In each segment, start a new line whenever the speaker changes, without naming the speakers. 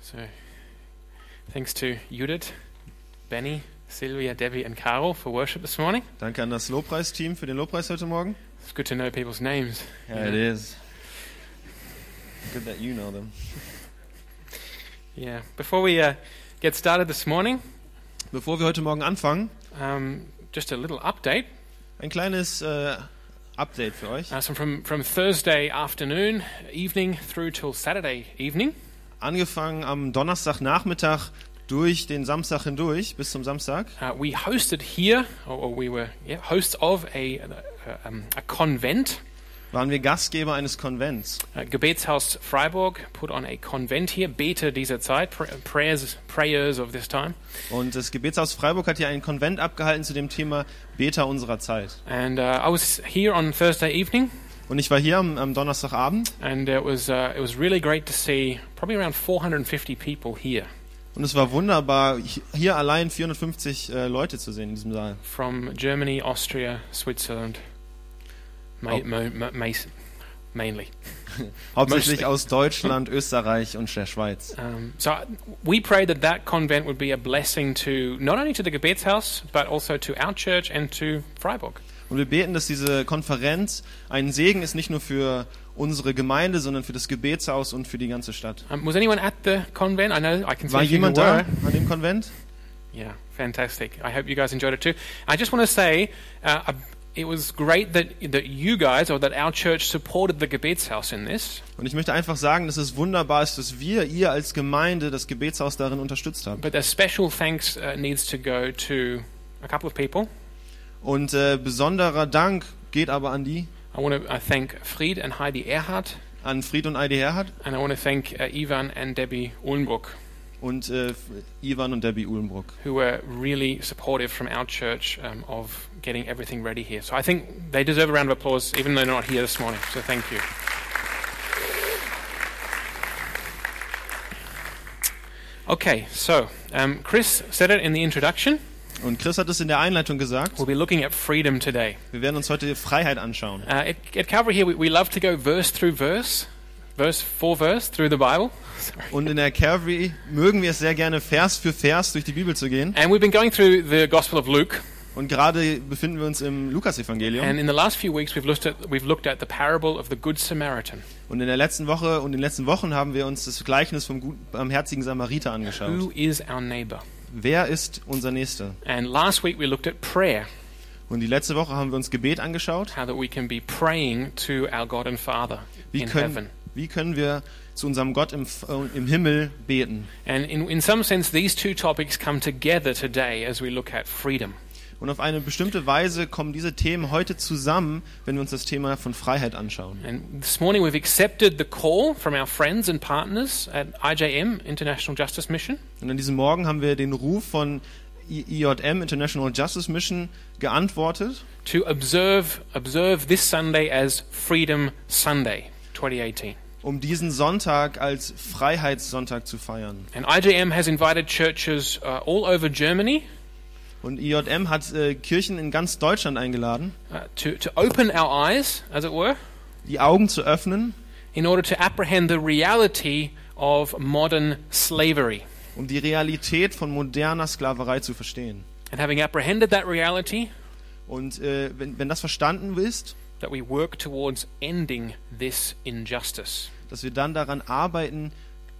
So, thanks to Judith, Benny, Sylvia, Debbie, and Carol for worship this morning.
Danke an das Lobpreisteam für den Lobpreis heute Morgen.
It's good to know people's names.
Yeah, it is. Good that you know them.
Yeah. Before we uh, get started this morning,
Bevor wir heute Morgen anfangen,
um, just a little update.
ein kleines äh, Update für euch.
Uh, so from from Thursday afternoon, evening through till Saturday evening,
Angefangen am Donnerstagnachmittag durch den Samstag hindurch bis zum Samstag
uh, we hosted here, or, or we were yeah, hosts of a a, um, a convent.
waren wir Gastgeber eines Konvents.
Uh, Gebetshaus Freiburg put on a convent here, Bete dieser Zeit, pr prayers prayers of this time.
Und das Gebetshaus Freiburg hat hier einen Konvent abgehalten zu dem Thema Beta unserer Zeit.
And uh, I was here on Thursday evening,
Und ich war hier am, am Donnerstagabend
and it was uh, it was really great to see probably around 450 people here
und es war wunderbar, hi- hier allein 450 äh, Leute zu sehen in diesem Saal.
from Germany, Austria, Switzerland, ma-
Oh.
mo- ma- mas- mainly.
Hauptsächlich aus Deutschland, Österreich und der Schweiz.
Um, so I- we pray that that convent would be a blessing to not only to the Gebetshaus but also to our church and to Freiburg.
Und wir beten, dass diese Konferenz ein Segen ist, nicht nur für unsere Gemeinde, sondern für das Gebetshaus und für die ganze Stadt.
Um, was anyone at the convent? I know I can see
War
a few who
jemand da
were.
an dem Konvent?
Yeah, fantastic. I hope you guys enjoyed it too. I just want to say uh, I- it was great that that you guys or that our church supported the Gebetshaus in this
Und ich möchte einfach sagen, dass es wunderbar ist, dass wir, ihr als Gemeinde, das Gebetshaus darin unterstützt haben.
But a special thanks uh, needs to go to a couple of people.
Und äh, besonderer Dank geht aber an die,
I want to uh, thank Fried and Heidi Erhardt,
an Fried und Heidi Herhardt
and I want to thank uh, Ivan and Debbie Ulmbruck,
und äh, Ivan und Debbie Uhlenbruck.
who were really supportive from our church um, of getting everything ready here. So I think they deserve a round of applause, even though they're not here this morning. So thank you. Okay, so um, Chris said it in the introduction.
Und Chris hat es in der Einleitung gesagt,
We'll be looking at freedom today.
wir werden uns heute Freiheit anschauen.
Uh, at, at Calvary here, we, we love to go verse through verse, verse for verse through the Bible. Sorry.
Und in der Calvary mögen wir es sehr gerne, Vers für Vers durch die Bibel zu gehen.
And we've been going through the Gospel of Luke,
Und gerade befinden wir uns im Lukasevangelium
and in the last few weeks, we've looked at, we've looked at the parable of the Good Samaritan,
und in der letzten Woche und in den letzten Wochen haben wir uns das Gleichnis vom gut- barmherzigen Samariter angeschaut.
who is our neighbor.
Wer ist unser Nächster?
And last week, we looked at prayer,
Und die letzte Woche haben wir uns Gebet angeschaut.
how that we can be praying to our God and Father
Wie
in
können,
heaven.
wie können wir zu unserem Gott im, F- äh, im Himmel beten?
And in, in some sense, these two topics come together today as we look at freedom.
Und auf eine bestimmte Weise kommen diese Themen heute zusammen, wenn wir uns das Thema von Freiheit anschauen.
And this morning, we've accepted the call from our friends and partners at IJM, International Justice Mission.
Und an diesem Morgen haben wir den Ruf von I- IJM, International Justice Mission, geantwortet.
to observe observe this Sunday as Freedom Sunday 2018.
um diesen Sonntag als Freiheitssonntag zu feiern.
And IJM has invited churches uh, all over Germany
Und IJM hat äh, Kirchen in ganz Deutschland eingeladen,
uh, to, to open our eyes, as it were,
die Augen zu öffnen,
in order to apprehend the reality of modern slavery.
um die Realität von moderner Sklaverei zu verstehen.
And having apprehended that reality,
Und äh, wenn, wenn das verstanden ist,
that we work towards ending this injustice.
dass wir dann daran arbeiten,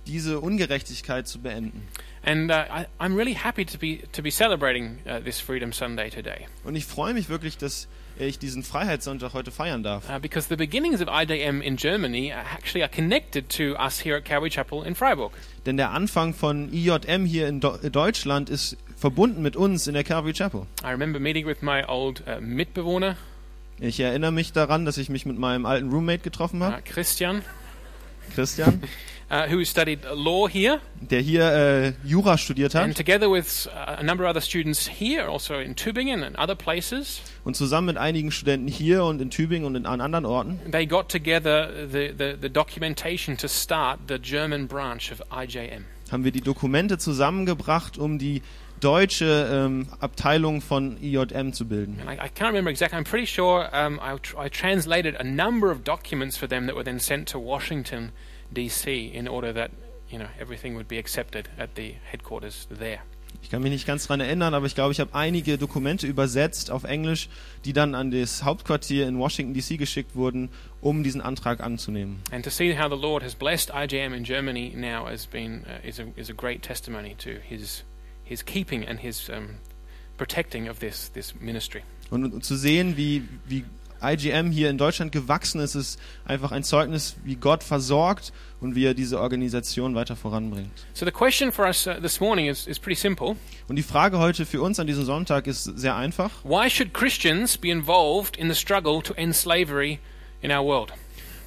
diese Ungerechtigkeit zu beenden.
And uh, I, I'm really happy to be to be celebrating uh, this Freedom Sunday today,
Und ich freue mich wirklich, dass äh, ich diesen Freiheitssonntag heute feiern darf.
uh, because the beginnings of IJM in Germany are actually are connected to us here at Calvary Chapel in Freiburg.
Denn der Anfang von IJM hier in Do äh, Deutschland ist verbunden mit uns in der Calvary Chapel.
I remember meeting with my old uh, Mitbewohner,
Ich erinnere mich daran, dass ich mich mit meinem alten Roommate getroffen habe.
uh, Christian,
Christian,
uh, who studied law here,
der hier äh, Jura studiert
and
hat
together with uh, a number of other students here, also in Tübingen and other places,
und zusammen mit einigen Studenten hier und in Tübingen und in, an anderen Orten
they got together the, the, the documentation to start the German branch of IJM.
haben wir die Dokumente zusammengebracht, um die deutsche ähm, Abteilung von IJM zu bilden.
And I, I can't remember exactly, I'm pretty sure um, I, tr- I translated a number of documents for them that were then sent to Washington, D.C., in order that you know everything would be accepted at the headquarters there.
Ich kann mich nicht ganz dran erinnern, aber ich glaube, ich habe einige Dokumente übersetzt auf Englisch, die dann an das Hauptquartier in Washington DC geschickt wurden, um diesen Antrag anzunehmen.
And to see how the Lord has blessed IJM in Germany now has been uh, is a is a great testimony to His His keeping and His um, protecting of this this ministry.
Und zu sehen, wie, wie IGM hier in Deutschland gewachsen ist, ist einfach ein Zeugnis, wie Gott versorgt und wie er diese Organisation weiter voranbringt.
So the question for us uh, this morning is, is pretty simple.
Und die Frage heute für uns an diesem Sonntag ist sehr einfach.
Why should Christians be involved in the struggle to end slavery in our world?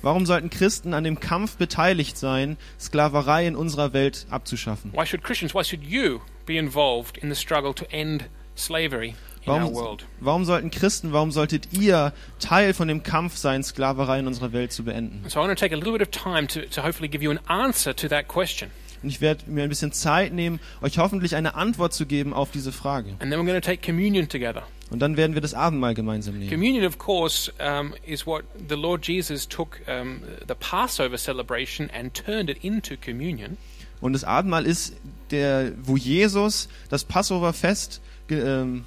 Warum sollten Christen an dem Kampf beteiligt sein, Sklaverei in unserer Welt abzuschaffen?
Why should Christians, why should you be involved in the struggle to end slavery in our
Warum,
world?
warum sollten Christen, warum solltet ihr Teil von dem Kampf sein, Sklaverei in unserer Welt zu beenden?
So I want to take a little bit of time to, to hopefully give you an answer to that question.
Und ich werde mir ein bisschen Zeit nehmen, euch hoffentlich eine Antwort zu geben auf diese Frage.
And then we're going to take communion together.
Und dann werden wir das Abendmahl gemeinsam nehmen.
Communion, of course, um, is what the Lord Jesus took um, the Passover celebration and turned it into communion.
Und das Abendmahl ist der, wo Jesus das Passoverfest ge, ähm,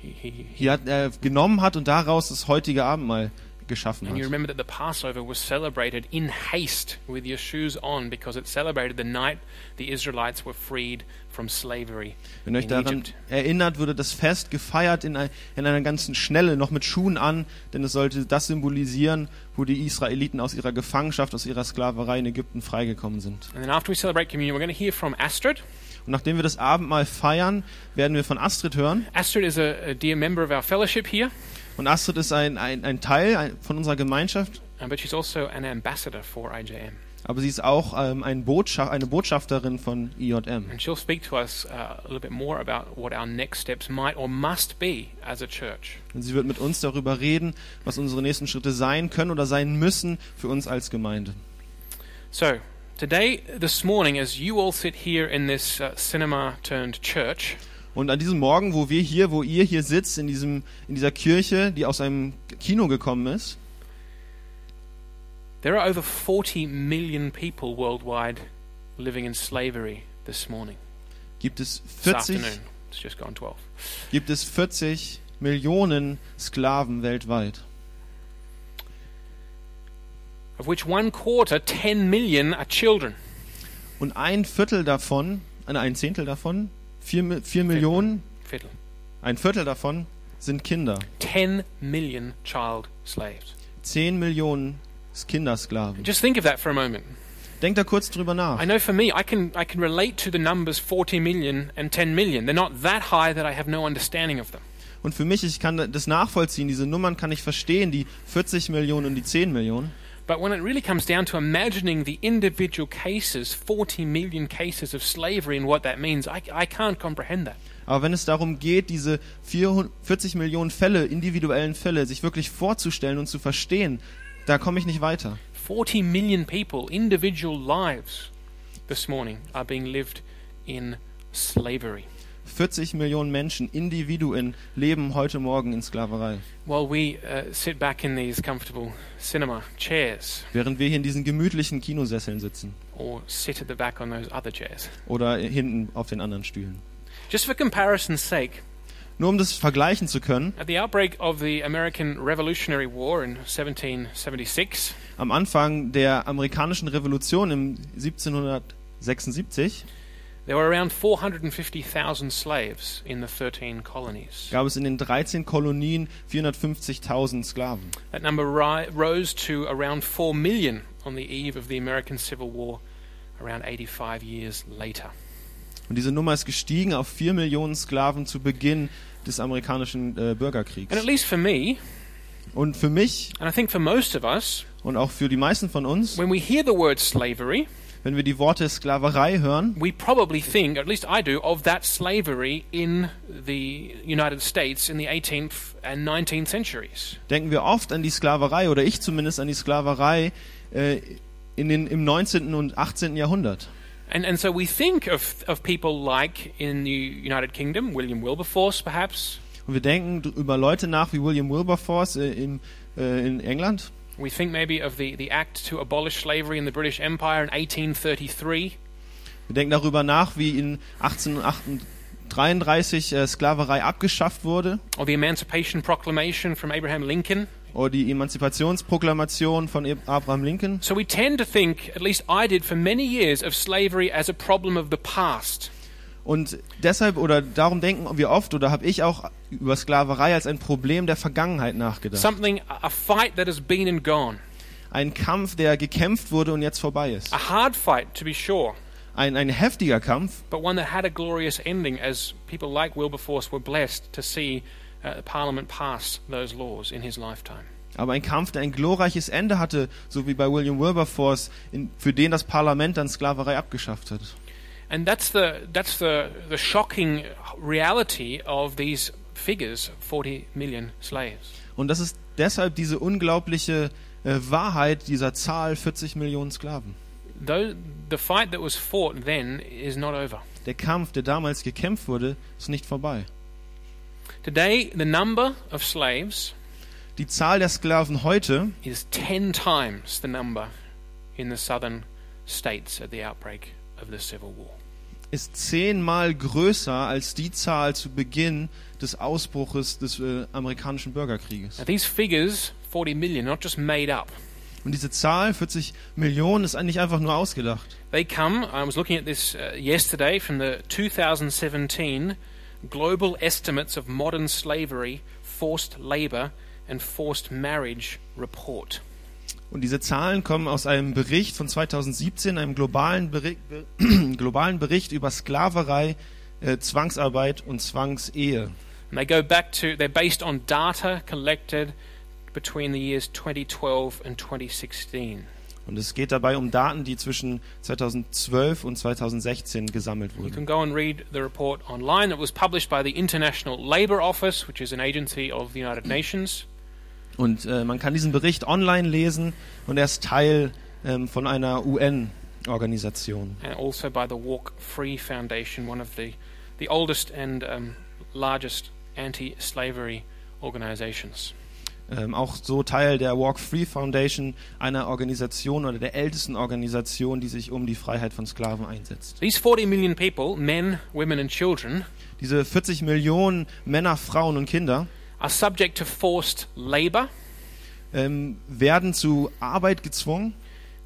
He, he, he,
hier hat, äh, genommen hat und daraus das heutige Abendmahl geschaffen
and you
hat.
remember that the Passover was celebrated in haste with your shoes on because it celebrated the night the Israelites were freed from slavery
Wenn ihr euch
in
daran
Egypt.
erinnert, wurde das Fest gefeiert in, ein, in einer ganzen Schnelle, noch mit Schuhen an, denn es sollte das symbolisieren, wo die Israeliten aus ihrer Gefangenschaft, aus ihrer Sklaverei in Ägypten freigekommen sind.
And then after we celebrate communion, we're going to hear from Astrid.
Und nachdem wir das Abendmahl feiern, werden wir von Astrid hören.
Astrid is a, a dear member of our fellowship here,
Und Astrid ist ein, ein, ein Teil ein, von unserer Gemeinschaft,
uh, but she's also an ambassador for IJM.
aber sie ist auch ähm, ein Botscha eine Botschafterin von IJM.
And she'll speak to us uh, a little bit more about what our next steps might or must be as a church.
Und sie wird mit uns darüber reden, was unsere nächsten Schritte sein können oder sein müssen für uns als Gemeinde.
So, today, this morning, as you all sit here in this uh, cinema turned church,
Und an diesem Morgen, wo wir hier, wo ihr hier sitzt, in, diesem, in dieser Kirche, die aus einem Kino gekommen ist,
there are over 40 million people worldwide living in slavery this morning.
gibt es
This
40,
afternoon. It's just gone 12.
gibt es 40 Millionen Sklaven weltweit.
Of which one quarter, 10 million, are children.
Und ein Viertel davon, äh, ein Zehntel davon, vier, Mi- vier Millionen,
Fiddle.
ein Viertel davon sind Kinder.
10 million child slaves.
Zehn Millionen Kindersklaven.
Just think of that for a moment.
Denkt da kurz drüber nach.
I know for me, I can, I can relate to the numbers 40 million and 10 million. They're not that high that I have no understanding of them.
Und für mich, ich kann das nachvollziehen, diese Nummern kann ich verstehen, die 40 Millionen und die 10 Millionen.
But when it really comes down to imagining the individual cases, 40 million cases of slavery and what that means, I, I can't comprehend that.
Aber wenn es darum geht, diese 400 40 Millionen Fälle, individuellen Fälle, sich wirklich vorzustellen und zu verstehen, da komme ich nicht weiter.
40 million people, individual lives this morning are being lived in slavery.
40 Millionen Menschen, Individuen, leben heute Morgen in Sklaverei.
While we uh, sit back in these comfortable cinema chairs
Während wir hier in diesen gemütlichen Kinosesseln sitzen.
or sit at the back on those other chairs.
Oder hinten auf den anderen Stühlen.
Just for comparison's sake,
Nur um das vergleichen zu können,
At the outbreak of the American Revolutionary War in 1776,
am Anfang der amerikanischen Revolution im 1776
there were around 450,000 slaves in the 13 colonies.
gab es in den 13 Kolonien 450.000 Sklaven.
That number ri- rose to around 4 million on the eve of the American Civil War around 85 years later.
Und diese Nummer ist gestiegen auf 4 Millionen Sklaven zu Beginn des amerikanischen äh, Bürgerkriegs.
And at least for me,
Und für mich
and I think for most of us,
und auch für die meisten von uns,
when we hear the word slavery,
wenn wir die Worte Sklaverei hören,
we probably think, at least I do, of that slavery in the United States in the 18th and 19th centuries.
denken wir oft an die Sklaverei oder ich zumindest an die Sklaverei äh, in den, im 19. und 18. Jahrhundert.
And, and so we think of, of people like in the United Kingdom, William Wilberforce perhaps.
Und wir denken dr- über Leute nach wie William Wilberforce äh, im, äh, in England.
We think maybe of the, the act to abolish slavery in the British Empire in 1833.
Wir denken darüber nach, wie in 1833 äh, Sklaverei abgeschafft wurde
or the Emancipation Proclamation from Abraham Lincoln.
oder die Emanzipationsproklamation von Ab- Abraham Lincoln.
So we tend to think, at least I did for many years, of slavery as a problem of the past.
Und deshalb oder darum denken wir oft oder habe ich auch über Sklaverei als ein Problem der Vergangenheit nachgedacht.
Something, a fight that has been and gone.
Ein Kampf, der gekämpft wurde und jetzt vorbei ist.
A hard fight, to be sure,
Ein, ein heftiger Kampf,
but one that had a glorious ending as people like Wilberforce were blessed to see uh, Parliament pass those laws in his lifetime.
aber ein Kampf, der ein glorreiches Ende hatte, so wie bei William Wilberforce, in, für den das Parlament dann Sklaverei abgeschafft hat.
And that's the, that's the, the shocking reality of these figures 40 million slaves.
Und das ist deshalb diese unglaubliche äh, Wahrheit dieser Zahl 40 Millionen Sklaven.
Though the fight that was fought then is not over.
Der Kampf, der damals gekämpft wurde, ist nicht vorbei.
Today, the number of slaves
Die Zahl der Sklaven heute
is 10 times the number in the southern states at the outbreak of the Civil War.
ist zehnmal größer als die Zahl zu Beginn des Ausbruches des äh, amerikanischen Bürgerkrieges.
Now, these figures, 40 million, are not just made up.
Und diese Zahl, 40 Millionen, ist eigentlich einfach nur ausgedacht.
They come, I was looking at this uh, yesterday from the 2017 Global Estimates of Modern Slavery, Forced Labor, and Forced Marriage report.
Und diese Zahlen kommen aus einem Bericht von 2017, einem globalen Bericht, Be globalen Bericht über Sklaverei, äh, Zwangsarbeit und Zwangsehe.
And they go back to, they're based on data collected between the years 2012 and 2016.
Und es geht dabei um Daten, die zwischen 2012 und 2016 gesammelt
You
wurden.
can go and read the report online that was published by the International Labour Office, which is an agency of the United Nations.
Und äh, man kann diesen Bericht online lesen und er ist Teil ähm, von einer UN-Organisation.
and also by the Walk Free Foundation, one of the, the oldest and um, largest anti slavery organizations.
Ähm, auch so Teil der Walk Free Foundation, einer Organisation oder der ältesten Organisation, die sich um die Freiheit von Sklaven einsetzt.
These 40 million people, men, women, and children,
Diese 40 Millionen Männer, Frauen und Kinder
are subject to forced labor,
ähm, werden zu Arbeit gezwungen.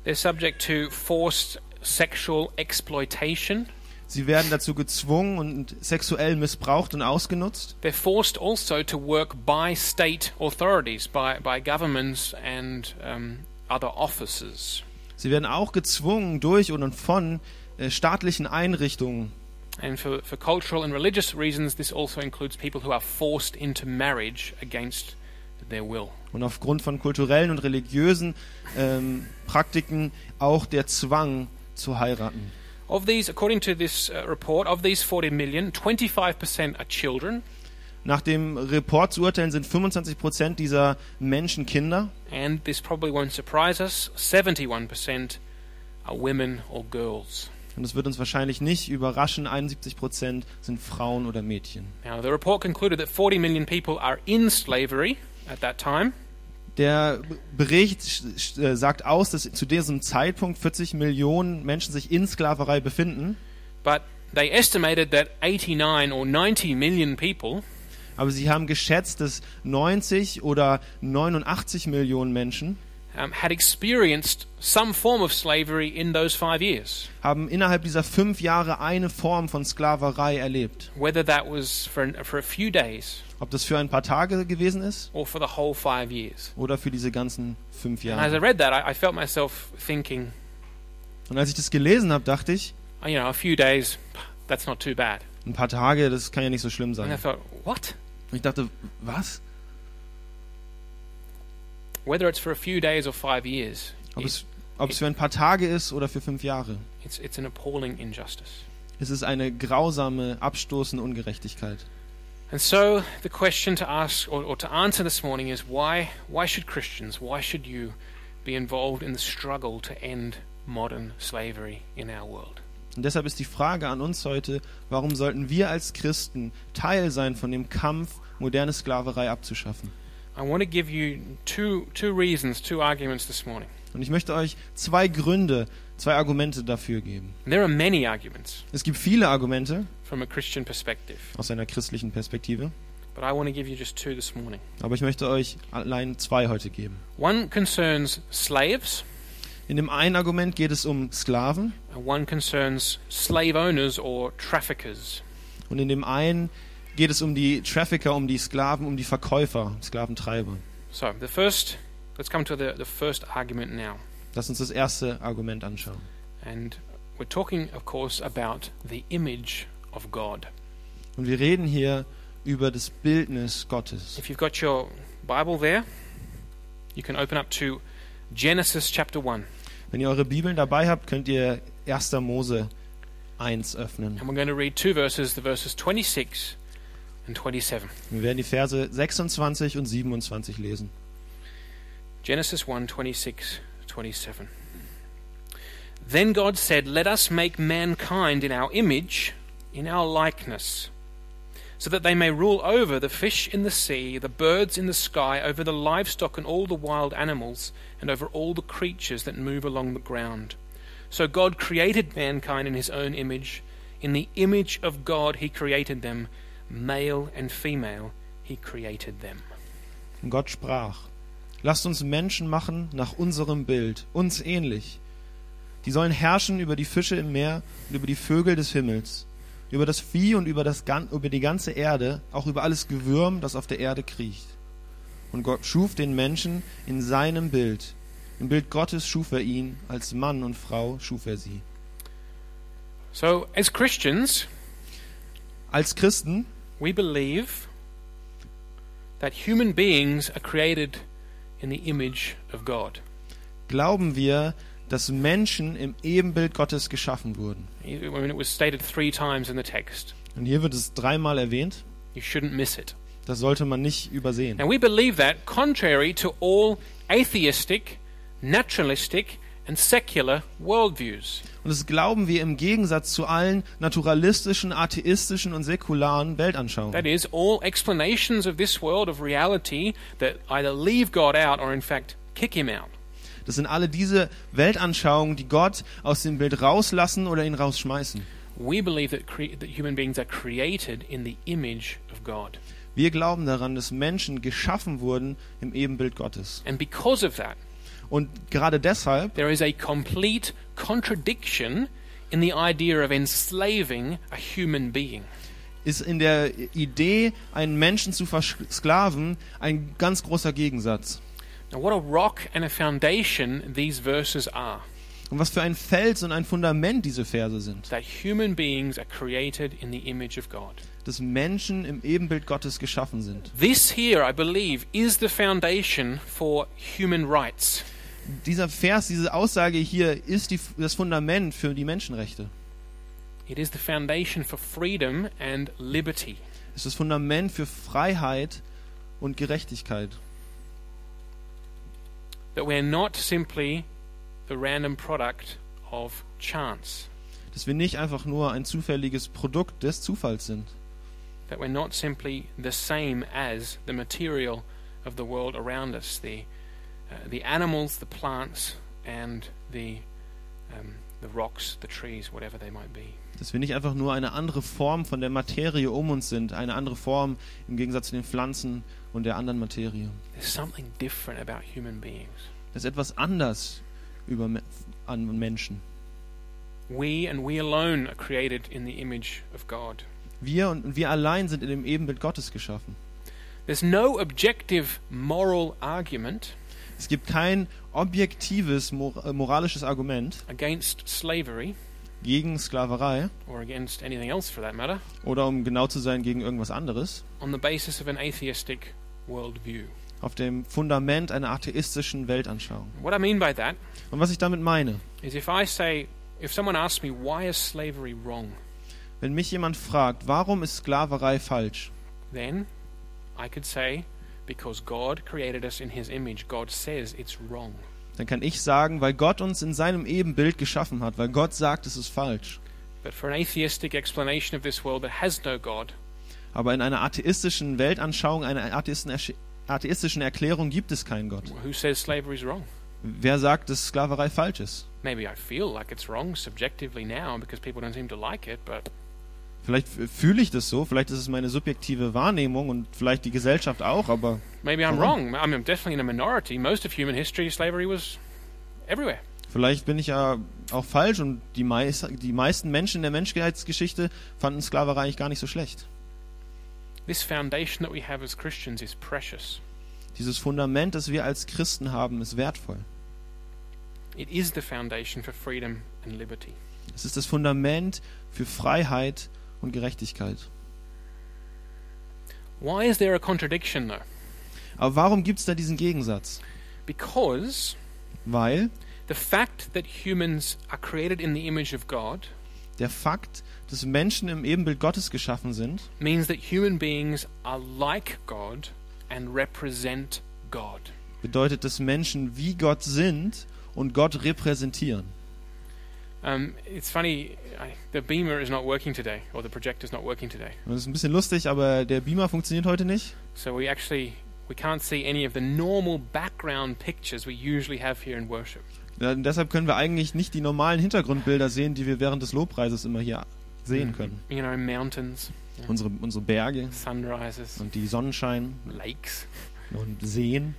they're subject to forced sexual exploitation,
Sie werden dazu gezwungen und sexuell missbraucht und ausgenutzt.
they're forced also to work by state authorities, by, by governments and um, other offices.
Sie werden auch gezwungen durch und von äh, staatlichen Einrichtungen.
And for, for cultural and religious reasons, this also includes people who are forced into marriage against their will.
Und aufgrund von kulturellen und religiösen ähm, Praktiken auch der Zwang zu heiraten.
Of these, according to this uh, report, of these 40 million, 25% are children,
Nach dem Report zu urteilen sind 25 Prozent dieser Menschen Kinder
and this probably won't surprise us, 71% are women or girls.
und es wird uns wahrscheinlich nicht überraschen, 71 Prozent sind Frauen oder Mädchen.
Now, the report concluded that 40 million people are in slavery at that time,
Der B- Bericht sch- sch- äh, sagt aus, dass zu diesem Zeitpunkt 40 Millionen Menschen sich in Sklaverei befinden,
but they estimated that 89 or 90 million people
aber sie haben geschätzt, dass 90 oder 89 Millionen Menschen
um, had experienced some form of slavery in those five years.
haben innerhalb dieser fünf Jahre eine Form von Sklaverei erlebt.
whether that was for, an, for a few days
Ob das für ein paar Tage gewesen ist
or for the whole five years.
oder für diese ganzen fünf
And as I
Jahre.
read that, I, I felt myself thinking,
Und als ich das gelesen habe, dachte ich,
"Oh, you know, a few days, pah, that's not too bad.
ein paar Tage, das kann ja nicht so schlimm
And I
sein.
thought, what?
Und ich dachte, was?
Whether it's for a few days or five years,
Ob
it,
es, ob es für ein paar Tage ist oder für fünf Jahre.
it's, it's an appalling injustice.
Es ist eine grausame, abstoßende Ungerechtigkeit.
And so the question to ask or, or to answer this morning is why, why should Christians, why should you be involved in the struggle to end modern slavery in our world?
Und deshalb ist die Frage an uns heute, warum sollten wir als Christen Teil sein von dem Kampf, moderne Sklaverei abzuschaffen?
I want to give you two, two reasons, two arguments this morning.
Und ich möchte euch zwei Gründe, zwei Argumente dafür geben.
And there are many arguments
Es gibt viele Argumente
from a Christian perspective,
aus einer christlichen Perspektive,
but I want to give you just two this morning.
aber ich möchte euch allein zwei heute geben.
One concerns slaves,
In dem einen Argument geht es um Sklaven
and one concerns slave owners or traffickers.
und in dem einen geht es um die Trafficker, um die Sklaven, um die Verkäufer, Sklaventreiber.
So, the first, let's come to the, the first argument now.
Lass uns das erste Argument anschauen.
And we're talking, of course, about the image of God.
Und wir reden hier über das Bildnis Gottes.
If you've got your Bible there, you can open up to Genesis chapter 1.
Wenn ihr eure Bibeln dabei habt, könnt ihr 1. Mose 1 öffnen.
And we're going to read two verses, the verses 26 and 27.
Wir werden die Verse 26 und 27 lesen.
Genesis 1 26 27. Then God said, Let us make mankind in our image, in our likeness, so that they may rule over the fish in the sea, the birds in the sky, over the livestock and all the wild animals, and over all the creatures that move along the ground. So God created mankind in his own image. In the image of God he created them. Male and female he created them.
Und Gott sprach, lasst uns Menschen machen nach unserem Bild, uns ähnlich. Die sollen herrschen über die Fische im Meer und über die Vögel des Himmels, über das Vieh und über, das, gan- über die ganze Erde, auch über alles Gewürm, das auf der Erde kriecht. Und Gott schuf den Menschen in seinem Bild. Im Bild Gottes schuf er ihn, als Mann und Frau schuf er sie.
So, as Christians,
Als Christen
We believe that human beings are created in the image of God.
glauben wir, dass Menschen im Ebenbild Gottes geschaffen wurden.
I mean, it was stated three times in the text.
Und hier wird es dreimal erwähnt.
You shouldn't miss it.
Das sollte man nicht übersehen.
And we believe that contrary to all atheistic, naturalistic, and secular worldviews.
Und das glauben wir im Gegensatz zu allen naturalistischen, atheistischen und säkularen
That
Weltanschauungen.
is, all explanations of this world of reality that either leave God out or, in fact, kick him out.
Das sind alle diese Weltanschauungen, die Gott aus dem Bild rauslassen oder ihn rausschmeißen.
We believe that, cre- that human beings are created in the image of God.
Wir glauben daran, dass Menschen geschaffen wurden im Ebenbild Gottes.
And because of that,
Und gerade deshalb
there is a complete contradiction in the idea of enslaving a human being.
ist in der Idee, einen Menschen zu versklaven, ein ganz großer Gegensatz.
Now, what a rock and a foundation these verses are
Und was für ein Fels und ein Fundament diese Verse sind.
that human beings are created in the image of God.
Dass Menschen im Ebenbild Gottes geschaffen sind.
This here, I believe, is the foundation for human rights.
Dieser Vers, diese Aussage hier ist die, das Fundament für die Menschenrechte.
It is the foundation for freedom and liberty.
Es ist das Fundament für Freiheit und Gerechtigkeit.
That we're not simply the random product of chance.
Dass wir nicht einfach nur ein zufälliges Produkt des Zufalls sind.
that we're not simply the same as the material of the world around us the uh, the animals the plants and the um, the rocks the trees whatever they might be
Dass wir nicht einfach nur eine andere Form von der Materie um uns sind. Eine andere Form im Gegensatz zu den Pflanzen und der anderen Materie.
there's something different about human beings
Da ist etwas anders über, Me- an Menschen.
we and we alone are created in the image of God
Wir und wir allein sind in dem Ebenbild Gottes geschaffen.
there's no objective moral argument
Es gibt kein objektives mor äh, moralisches Argument
against slavery
gegen Sklaverei
or against anything else for that matter
oder um genau zu sein gegen irgendwas anderes
on the basis of an atheistic worldview
auf dem Fundament einer atheistischen Weltanschauung.
what i mean by that
Und was ich damit meine,
is if I say, if someone asks me, why is slavery wrong?
wenn mich jemand fragt, warum ist Sklaverei falsch,
Then I could say, because God created us in his image, God says it's wrong.
dann kann ich sagen, weil Gott uns in seinem Ebenbild geschaffen hat, weil Gott sagt, es ist falsch.
But for an atheistic explanation of this world that has no God,
Aber in einer atheistischen Weltanschauung, einer atheisten- atheistischen Erklärung gibt es keinen Gott.
who says slavery is wrong?
Wer sagt, dass Sklaverei falsch ist?
Maybe I feel like it's wrong subjectively now because people don't seem to like it, but
Vielleicht f- fühle ich das so, vielleicht ist es meine subjektive Wahrnehmung und vielleicht die Gesellschaft auch, aber
maybe I'm
Mhm.
wrong. I mean, I'm definitely in a minority. Most of human history, slavery was everywhere.
vielleicht bin ich ja auch falsch und die, meis die meisten Menschen in der Menschheitsgeschichte fanden Sklaverei eigentlich gar nicht so schlecht.
This foundation that we have as Christians is precious.
Dieses Fundament, das wir als Christen haben, ist wertvoll.
It is the foundation for freedom and liberty.
Es ist das Fundament für Freiheit und Gerechtigkeit.
Why is there a contradiction though?
Aber warum gibt es da diesen Gegensatz?
Because
Weil
the fact that humans are created in the image of God
der Fakt, dass Menschen im Ebenbild Gottes geschaffen sind,
means that human beings are like God and represent God.
bedeutet, dass Menschen wie Gott sind und Gott repräsentieren.
Um, it's funny, I, the beamer is not working today, or the projector's not working today.
Und Das ist ein bisschen lustig, aber der Beamer funktioniert heute nicht.
So we actually we can't see any of the normal background pictures we usually have here in worship.
Ja, deshalb können wir eigentlich nicht die normalen Hintergrundbilder sehen, die wir während des Lobpreises immer hier sehen können.
You know, mountains,
Unsere, unsere Berge
sunrises,
und die Sonnenschein
lakes.
und Seen.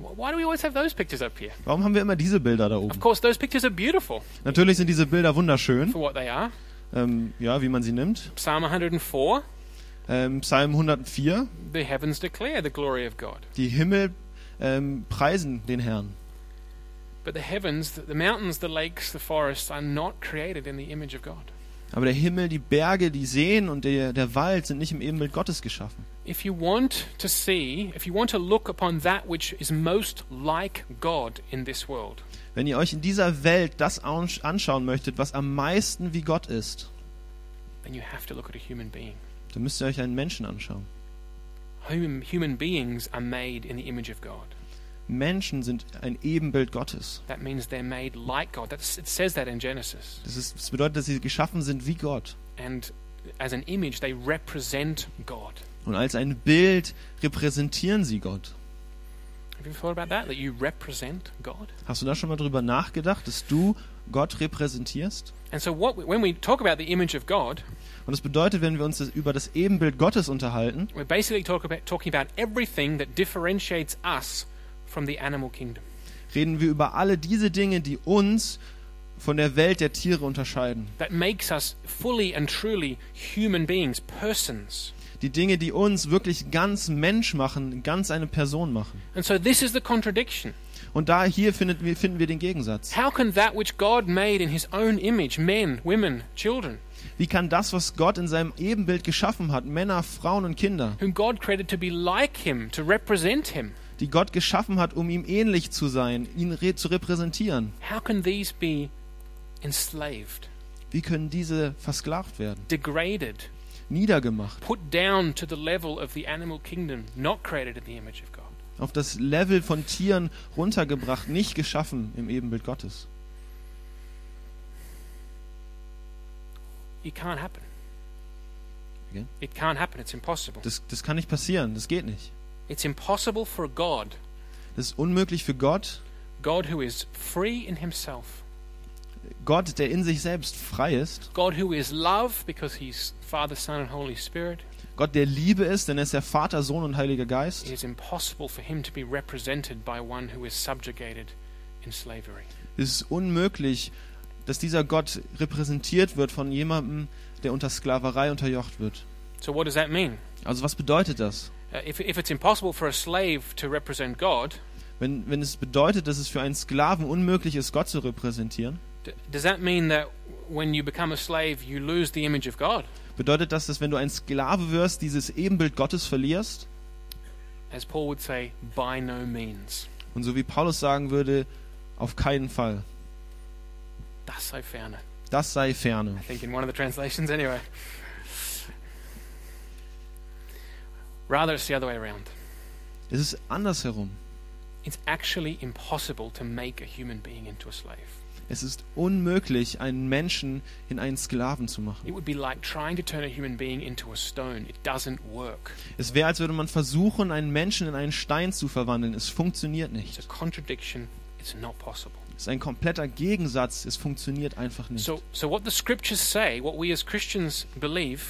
Wh- Why do we always have those pictures up here?
Warum haben wir immer diese Bilder da
Of
oben?
course, those pictures are beautiful
Natürlich sind diese Bilder wunderschön,
for what they are.
ähm, ja, wie man sie nimmt.
Psalm 104,
Ähm, Psalm 104,
the heavens declare the glory of God.
die Himmel ähm, preisen den Herrn.
But the heavens, the, the mountains, the lakes, the forests are not created in the image of God.
Aber der Himmel, die Berge, die Seen und der, der Wald sind nicht im Ebenbild Gottes geschaffen.
If you want to see, if you want to look upon that which is most like God in this world,
Wenn ihr euch in dieser Welt das ansch- anschauen möchtet, was am meisten wie Gott ist,
then you have to look at a human being.
dann müsst ihr euch einen Menschen anschauen.
Human, human beings are made in the image of God.
Menschen sind ein Ebenbild Gottes.
That means they're made like God. That's, it says that in Genesis.
Das, ist, das bedeutet, dass sie geschaffen sind wie Gott.
And as an image, they represent God.
Und als ein Bild repräsentieren sie Gott.
Have you thought about that? That you represent God?
Hast du da schon mal drüber nachgedacht, dass du Gott repräsentierst?
And so, what we, when we talk about the image of God,
Und das bedeutet, wenn wir uns das- über das Ebenbild Gottes unterhalten,
we're basically talk about, talking about everything that differentiates us from the animal kingdom.
reden wir über alle diese Dinge, die uns von der Welt der Tiere unterscheiden.
that makes us fully and truly human beings, persons.
Die Dinge, die uns wirklich ganz Mensch machen, ganz eine Person machen.
And so this is the contradiction.
Und da hier findet, wir- finden wir den Gegensatz.
How can that which God made in his own image, men, women, children,
Wie kann das, was Gott in seinem Ebenbild geschaffen hat, Männer, Frauen und Kinder,
whom God created to be like him, to represent him,
die Gott geschaffen hat, um ihm ähnlich zu sein, ihn re zu repräsentieren,
how can these be enslaved,
wie können diese versklavt werden,
degraded,
niedergemacht,
put down to the level of the animal kingdom, not created in the image of God?
auf das Level von Tieren runtergebracht, nicht geschaffen im Ebenbild Gottes?
It can't happen.
Again?
It can't happen. It's impossible.
Das, das kann nicht passieren, das geht nicht.
It's impossible for God,
Das ist unmöglich für Gott,
God who is free in himself,
Gott, der in sich selbst frei ist,
God who is love because he's Father, Son, and Holy Spirit,
Gott, der Liebe ist, denn er ist der Vater, Sohn und Heiliger Geist.
it is impossible for him to be represented by one who is subjugated in slavery.
Es ist unmöglich, dass dieser Gott repräsentiert wird von jemandem, der unter Sklaverei unterjocht wird.
So, what does that mean?
Also was bedeutet das?
Uh, if, if it's impossible for a slave to represent God,
Wenn, wenn es bedeutet, dass es für einen Sklaven unmöglich ist, Gott zu repräsentieren,
d- does that mean that when you become a slave, you lose the image of God?
bedeutet das, dass wenn du ein Sklave wirst, dieses Ebenbild Gottes verlierst?
As Paul would say, by no means.
Und so wie Paulus sagen würde, auf keinen Fall.
Das sei ferne.
Das sei ferne.
I think in one of the translations, anyway. Rather, it's the other way around.
Es ist andersherum.
It's actually impossible to make a human being into a slave.
Es ist unmöglich, einen Menschen in einen Sklaven zu
It
machen.
would be like trying to turn a human being into a stone. It doesn't work.
Es wäre, als würde man versuchen, einen Menschen in einen Stein zu verwandeln. Es funktioniert
It's
nicht.
a contradiction. It's not possible.
ist ein kompletter Gegensatz. Es funktioniert einfach nicht.
So, so what the scriptures say, what we as Christians believe,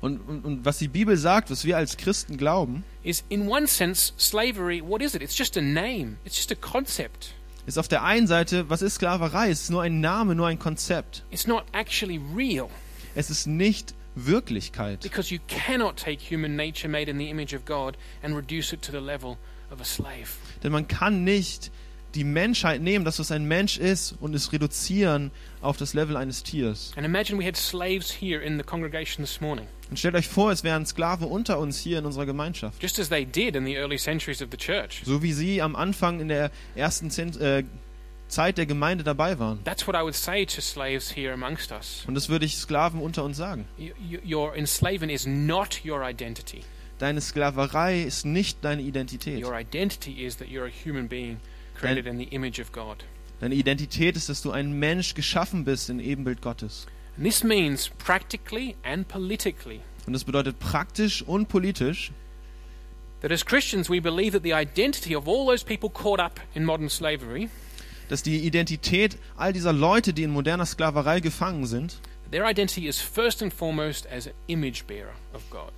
Und, und, und was die Bibel sagt, was wir als Christen glauben,
is in one sense, slavery, what is it? It's just a name, it's just a concept.
ist auf der einen Seite, was ist Sklaverei? Es ist nur ein Name, nur ein Konzept.
It's not actually real
Es ist nicht Wirklichkeit.
because you cannot take human nature made in the image of God and reduce it to the level of a slave.
Denn man kann nicht die Menschheit nehmen, das, was ein Mensch ist, und es reduzieren auf das Level eines Tiers.
And imagine we had slaves here in the congregation this morning,
Und stellt euch vor, es wären Sklaven unter uns hier in unserer Gemeinschaft.
just as they did in the early centuries of the church.
So wie sie am Anfang in der ersten Zent äh, Zeit der Gemeinde dabei waren.
That's what I would say to slaves here amongst us.
Und das würde ich Sklaven unter uns sagen.
Y- y- Your enslavement is not your identity.
Deine Sklaverei ist nicht deine Identität.
Your identity is that you're a human being created in the image of God.
Deine Identität ist, dass du ein Mensch geschaffen bist in Ebenbild Gottes.
And this means practically and politically
Und das bedeutet praktisch und politisch,
that as Christians we believe that the identity of all those people caught up in modern slavery,
dass die Identität all dieser Leute, die in moderner Sklaverei gefangen sind,
their identity is first and foremost as an image bearer of God.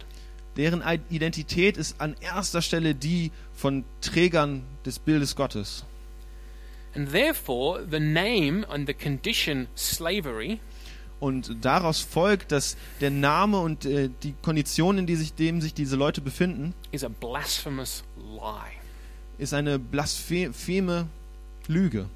deren I- Identität ist an erster Stelle die von Trägern des Bildes Gottes.
And therefore, the name and the condition slavery
Und daraus folgt, dass der Name und äh, die Kondition, in die sich, dem sich diese Leute befinden,
is a blasphemous lie
ist eine blaspheme Lüge.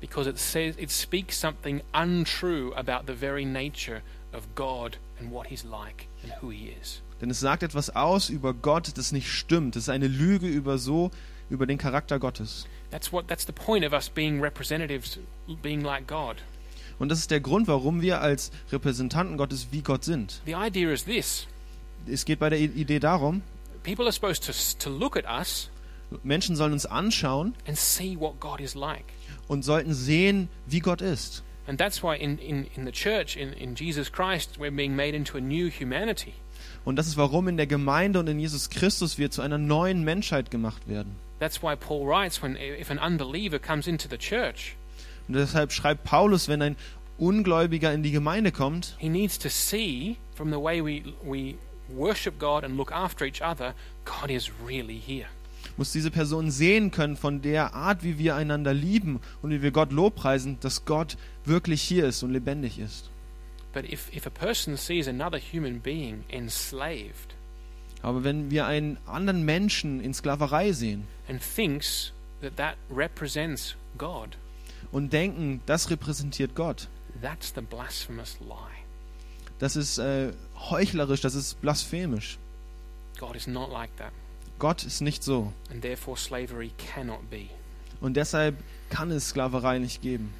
because it says it speaks something untrue about the very nature of God and what he's like and who he is.
Denn es sagt etwas aus über Gott, das nicht stimmt. Es ist eine Lüge über so, über den Charakter Gottes.
That's what that's the point of us being representatives being like God.
Und das ist der Grund, warum wir als Repräsentanten Gottes wie Gott sind.
The idea is this.
Es geht bei der I- Idee darum,
People are supposed to, to look at us
Menschen sollen uns anschauen
and see what God is like.
und sollten sehen, wie Gott ist.
And that's why in, in, in the church, in, in Jesus Christ, we're being made into a new humanity.
Und das ist, warum in der Gemeinde und in Jesus Christus wir zu einer neuen Menschheit gemacht werden.
That's why Paul writes when if an unbeliever comes into the church,
Und deshalb schreibt Paulus, wenn ein Ungläubiger in die Gemeinde kommt,
he needs to see from the way we we worship God and look after each other, God is really here.
muss diese Person sehen können von der Art, wie wir einander lieben und wie wir Gott lobpreisen, dass Gott wirklich hier ist und lebendig ist.
But if, if a person sees another human being enslaved
Aber wenn wir einen anderen Menschen in Sklaverei sehen
and thinks that that represents God,
und denken, das repräsentiert Gott,
that's the blasphemous lie.
das ist äh, heuchlerisch, das ist blasphemisch.
God is not like that,
Gott ist nicht so.
and therefore slavery cannot be.
Und deshalb kann es Sklaverei nicht geben.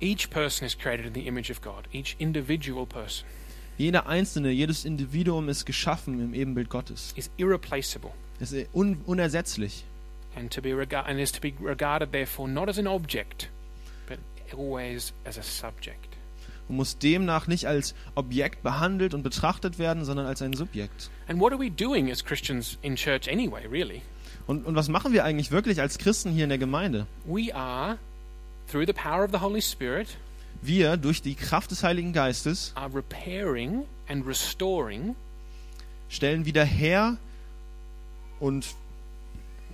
Each person is created in the image of God, each individual person
Jeder Einzelne, jedes Individuum ist geschaffen im Ebenbild Gottes.
is irreplaceable
Es ist un unersetzlich.
and to be rega- and is to be regarded therefore not as an object but always as a subject.
und muss demnach nicht als Objekt behandelt und betrachtet werden, sondern als ein Subjekt.
And what are we doing as Christians in church anyway, really?
Und, und was machen wir eigentlich wirklich als Christen hier in der Gemeinde?
We are through the power of the Holy Spirit
Wir, durch die Kraft des Heiligen Geistes,
are repairing and restoring
stellen wieder her und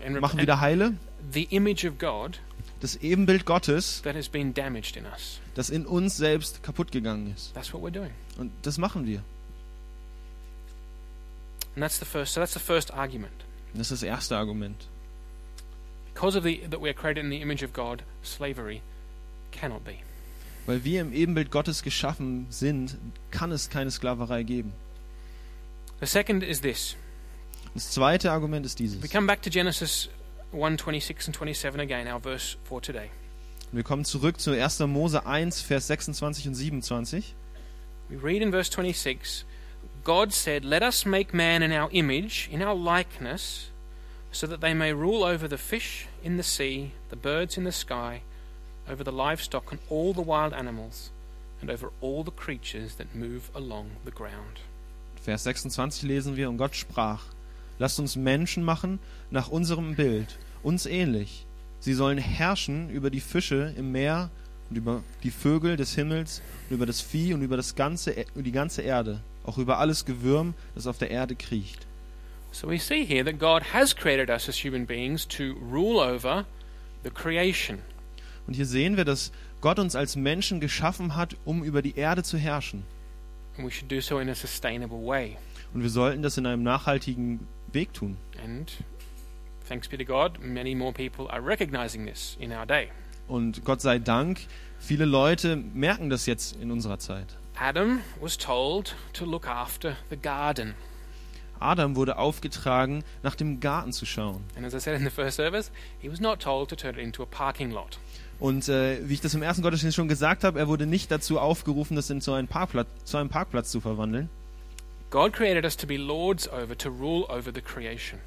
and, rep-
machen
and
wieder heile
the image of God
das Ebenbild Gottes,
that has been damaged in us.
das in uns selbst kaputt gegangen ist.
That's what we're doing.
Und das machen wir.
And that's the first so that's the first argument.
Und das ist das erste Argument.
Because of the that we are created in the image of God, slavery cannot be.
Weil wir im Ebenbild Gottes geschaffen sind, kann es keine Sklaverei geben.
The second is this.
Das zweite Argument ist dieses.
We come back to Genesis 1 26 and 27 again, our verse for today.
Wir kommen zurück zu 1. Mose 1, Vers 26 und 27.
We read in verse 26 God said, Let us make man in our image, in our likeness, so that they may rule over the fish in the sea, the birds in the sky, over the livestock and all the wild animals, and over all the creatures that move along the ground.
Vers 26 lesen wir, und Gott sprach, lasst uns Menschen machen nach unserem Bild, uns ähnlich, Sie sollen herrschen über die Fische im Meer und über die Vögel des Himmels und über das Vieh und über das ganze, E- die ganze Erde, auch über alles Gewürm, das auf der Erde kriecht.
So we see here that God has created us as human beings to rule over the creation.
Und hier sehen wir, dass Gott uns als Menschen geschaffen hat, um über die Erde zu herrschen.
And we should do so in a sustainable way.
Und wir sollten das in einem nachhaltigen Weg tun.
And thanks be to God, many more people are recognizing this in our day.
Und Gott sei Dank, viele Leute merken das jetzt in unserer Zeit.
Adam was told to look after the garden.
Adam wurde aufgetragen, nach dem Garten zu schauen.
And as I said in the first service, he was not told to turn it into a parking lot.
Und äh, wie ich das im ersten Gottesdienst schon gesagt habe, er wurde nicht dazu aufgerufen, das in so einen Parkplatz, zu einem Parkplatz zu verwandeln.
God created us to be lords over, to rule over the creation.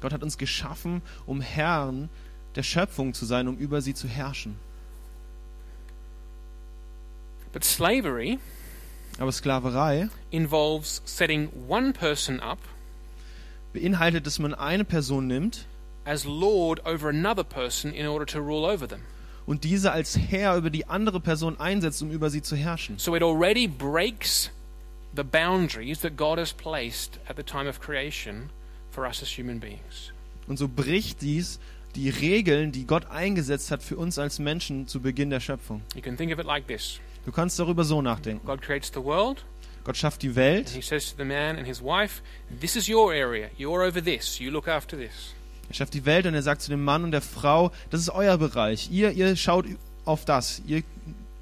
Gott hat uns geschaffen, um Herren der Schöpfung zu sein, um über sie zu herrschen.
But slavery
Aber Sklaverei
involves setting one person up
beinhaltet, dass man eine Person nimmt
as lord over another person in order to rule over them.
und diese als Herr über die andere Person einsetzt, um über sie zu herrschen.
So it already breaks the boundaries that God has placed at the time of creation for us as human beings.
Und so bricht dies die Regeln, die Gott eingesetzt hat für uns als Menschen zu Beginn der Schöpfung.
You can think of it like this
Du kannst darüber so nachdenken.
God creates the world,
Gott schafft die
and
Welt,
He says to the man and his wife, This is your area. You're over this. You look after this.
er schafft die Welt und er sagt zu dem Mann und der Frau, das ist euer Bereich. Ihr, ihr schaut auf das, ihr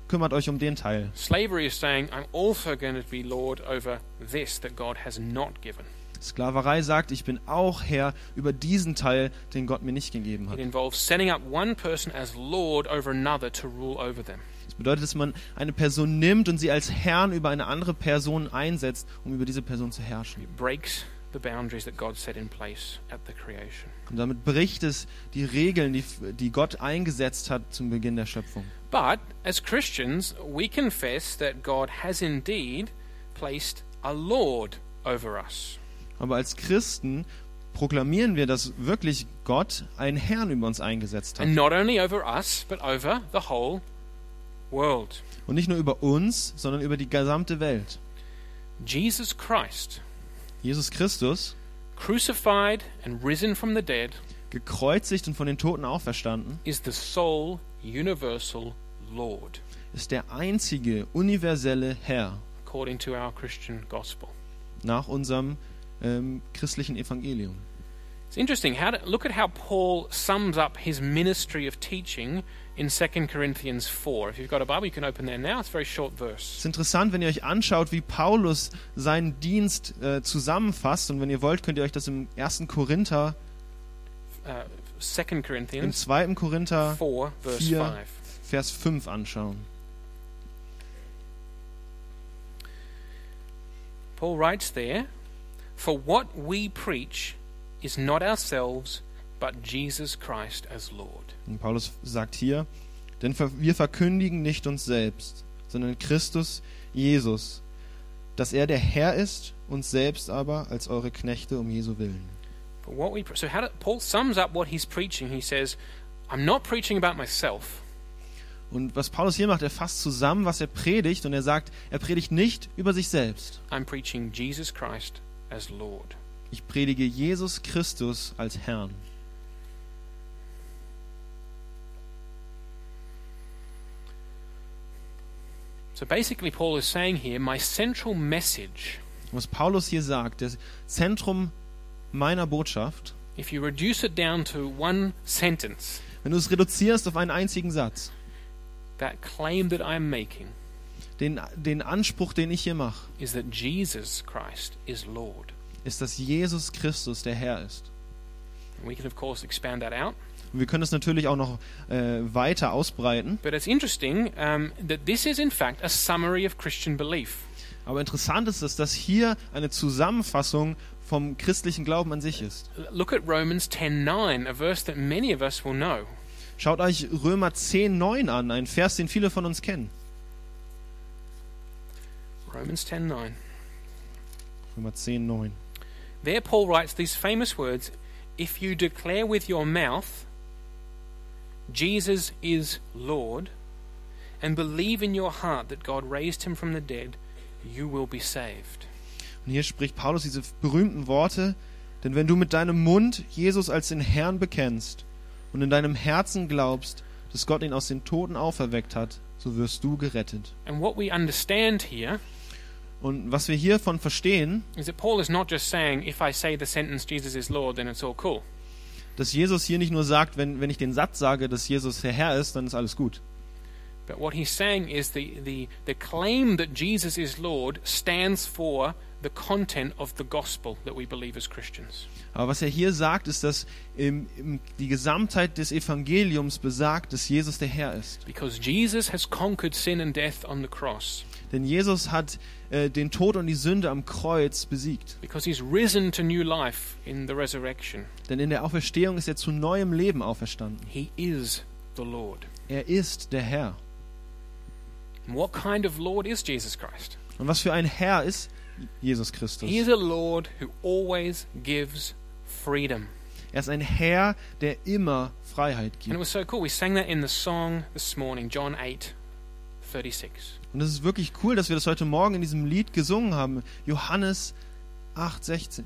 kümmert euch um den Teil.
Slavery is saying, I'm also going to be Lord over this that God has not given.
Sklaverei sagt, ich bin auch Herr über diesen Teil, den Gott mir nicht gegeben
It
hat.
involves setting up one person as Lord over another to rule over them.
Das bedeutet, dass man eine Person nimmt und sie als Herrn über eine andere Person einsetzt, um über diese Person zu herrschen.
It breaks the boundaries that God set in place at the creation.
Und damit bricht es die Regeln, die, die Gott eingesetzt hat zum Beginn der Schöpfung.
But as Christians, we confess that God has indeed placed a Lord over us.
Aber als Christen proklamieren wir, dass wirklich Gott einen Herrn über uns eingesetzt hat.
And not only over us, but over the whole world.
Und nicht nur über uns, sondern über die gesamte Welt.
Jesus Christ,
Jesus Christus,
crucified and risen from the dead,
gekreuzigt und von den Toten auferstanden,
is the sole universal Lord,
ist der einzige universelle Herr
according to our Christian gospel.
nach unserem ähm, christlichen Evangelium.
It's interesting. How to, look at how Paul sums up his ministry of teaching in 2 Corinthians 4. If you've got a Bible, you can open there now. It's a very short verse.
Es ist interessant, wenn ihr euch anschaut, wie Paulus seinen Dienst äh, zusammenfasst. Und wenn ihr wollt, könnt ihr euch das im 1. Korinther,
Uh, 2
im
Corinthians
2. Korinther
4, verse
vier.
5.
Vers 5 anschauen.
Paul writes there, For what we preach is not ourselves, but Jesus Christ as Lord.
Und Paulus sagt hier, denn ver- wir verkündigen nicht uns selbst, sondern Christus Jesus, dass er der Herr ist, uns selbst aber als eure Knechte um Jesu willen.
For what we pre- so how do, Paul sums up what he's preaching. He says, I'm not preaching about myself.
Und was Paulus hier macht, er fasst zusammen, was er predigt und er sagt, er predigt nicht über sich selbst.
I'm preaching Jesus Christ as Lord.
Ich predige Jesus Christus als Herrn.
So basically, Paul is saying here, my central message,
Und was Paulus hier sagt, das Zentrum meiner Botschaft,
if you reduce it down to one sentence,
wenn du es reduzierst auf einen einzigen Satz,
that claim that I'm making
den, den Anspruch, den ich hier mache,
is that Jesus Christ is Lord.
ist, dass Jesus Christus der Herr ist.
And we can, of course, expand that out.
Und wir können es natürlich auch noch äh, weiter ausbreiten.
But it's interesting um, that this is, in fact, a summary of Christian belief.
Aber interessant ist es, dass hier eine Zusammenfassung vom christlichen Glauben an sich ist.
L- Look at Romans 10:9, a verse that many of us will know.
Schaut euch Römer 10, 9 an, ein Vers, den viele von uns kennen.
Romans 10:9.
Römer 10, 9.
There, Paul writes these famous words If you declare with your mouth Jesus is Lord, and believe in your heart that God raised him from the dead, you will be saved.
Und hier spricht Paulus diese berühmten Worte, denn wenn du mit deinem Mund Jesus als den Herrn bekennst und in deinem Herzen glaubst, dass Gott ihn aus den Toten auferweckt hat, so wirst du gerettet.
And what we understand here
Und was wir hiervon verstehen,
is that Paul is not just saying, if I say the sentence Jesus is Lord, then it's all cool.
dass Jesus hier nicht nur sagt, wenn, wenn ich den Satz sage, dass Jesus der Herr ist, dann ist alles gut.
But what he's saying is the, the, the claim that Jesus is Lord stands for the content of the gospel that we believe as Christians.
Aber was er hier sagt, ist, dass im, im, die Gesamtheit des Evangeliums besagt, dass Jesus der Herr ist.
Because Jesus has conquered sin and death on the cross.
Denn Jesus hat äh, den Tod und die Sünde am Kreuz besiegt.
Because he's risen to new life in the resurrection.
Denn in der Auferstehung ist er zu neuem Leben auferstanden.
He is the Lord.
Er ist der Herr.
And what kind of Lord is Jesus Christ?
Und was für ein Herr ist Jesus Christus?
He is a Lord who always gives freedom.
Er ist ein Herr, der immer Freiheit
And it
gibt.
was so cool. We sang that in the song this morning, John 8 36.
Und es ist wirklich cool, dass wir das heute Morgen in diesem Lied gesungen haben. Johannes 8,16.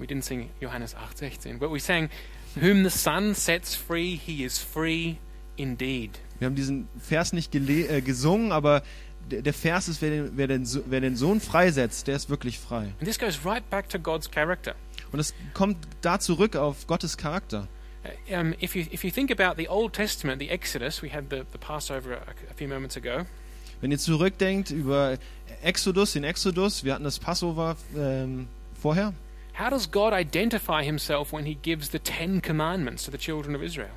We didn't sing Johannes 8 16, but we sang, Whom the Son sets free, he is free indeed.
Wir haben diesen Vers nicht gele- äh, gesungen, aber der, der Vers ist, wer den, wer, den, So- wer den Sohn freisetzt, der ist wirklich frei.
And this goes right back to God's character.
Und es kommt da zurück auf Gottes Charakter.
Uh, Um, if, you, if you think about the Old Testament, the Exodus, we had the, the Passover a, a few moments ago.
Wenn ihr zurückdenkt über Exodus, den Exodus, wir hatten das Passover ähm, vorher.
How does God identify himself when he gives the Ten Commandments to the children of Israel?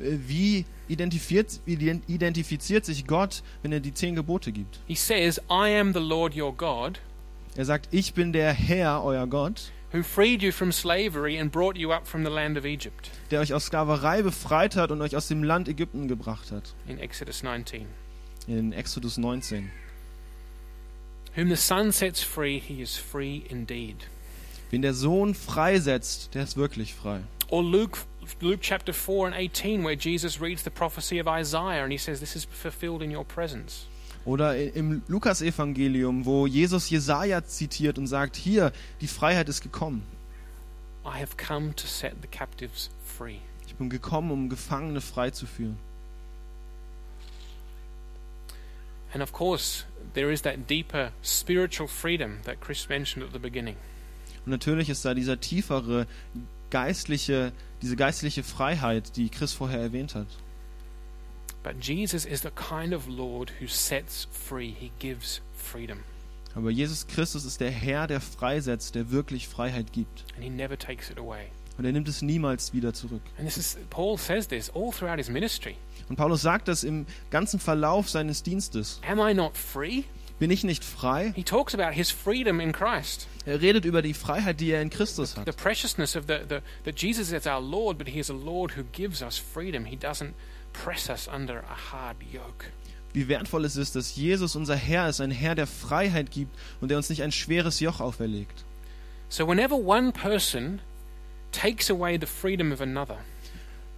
Äh, Wie identifiziert, ident- identifiziert sich Gott, wenn er die zehn Gebote gibt?
He says, I am the Lord your God,
Er sagt, ich bin der Herr, euer Gott,
who freed you from slavery and brought you up from the land of Egypt
der euch aus Sklaverei befreit hat und euch aus dem Land Ägypten gebracht hat.
in Exodus 19.
In Exodus 19.
Whom the Son sets free, he is free indeed.
Wen der Sohn freisetzt, der ist wirklich frei.
Or Luke, Luke chapter 4 and 18, where Jesus reads the prophecy of Isaiah and he says, This is fulfilled in your presence.
Oder i- im Lukasevangelium, wo Jesus Jesaja zitiert und sagt: Hier, die Freiheit ist gekommen.
I have come to set the captives free.
Ich bin gekommen, um Gefangene freizuführen.
And of course, there is that deeper spiritual freedom that Chris mentioned at the beginning.
Und natürlich ist da dieser tiefere geistliche, diese geistliche Freiheit, die Chris vorher erwähnt hat.
But Jesus is the kind of Lord who sets free, he gives freedom,
Aber Jesus Christus ist der Herr, der freisetzt, der wirklich Freiheit gibt.
and he never takes it away.
Und er nimmt es niemals wieder zurück.
And this is Paul says this all throughout his ministry.
Und Paulus sagt das im ganzen Verlauf seines Dienstes.
Am I not free?
Bin ich nicht frei?
He talks about his freedom in Christ,
Er redet über die Freiheit, die er in Christus
the
hat.
preciousness of the, the that Jesus is our Lord, but he is a Lord who gives us freedom. He doesn't press us under a hard yoke.
Wie wertvoll es ist, dass Jesus unser Herr ist, ein Herr, der Freiheit gibt und der uns nicht ein schweres Joch auferlegt.
So whenever one person takes away the freedom of another,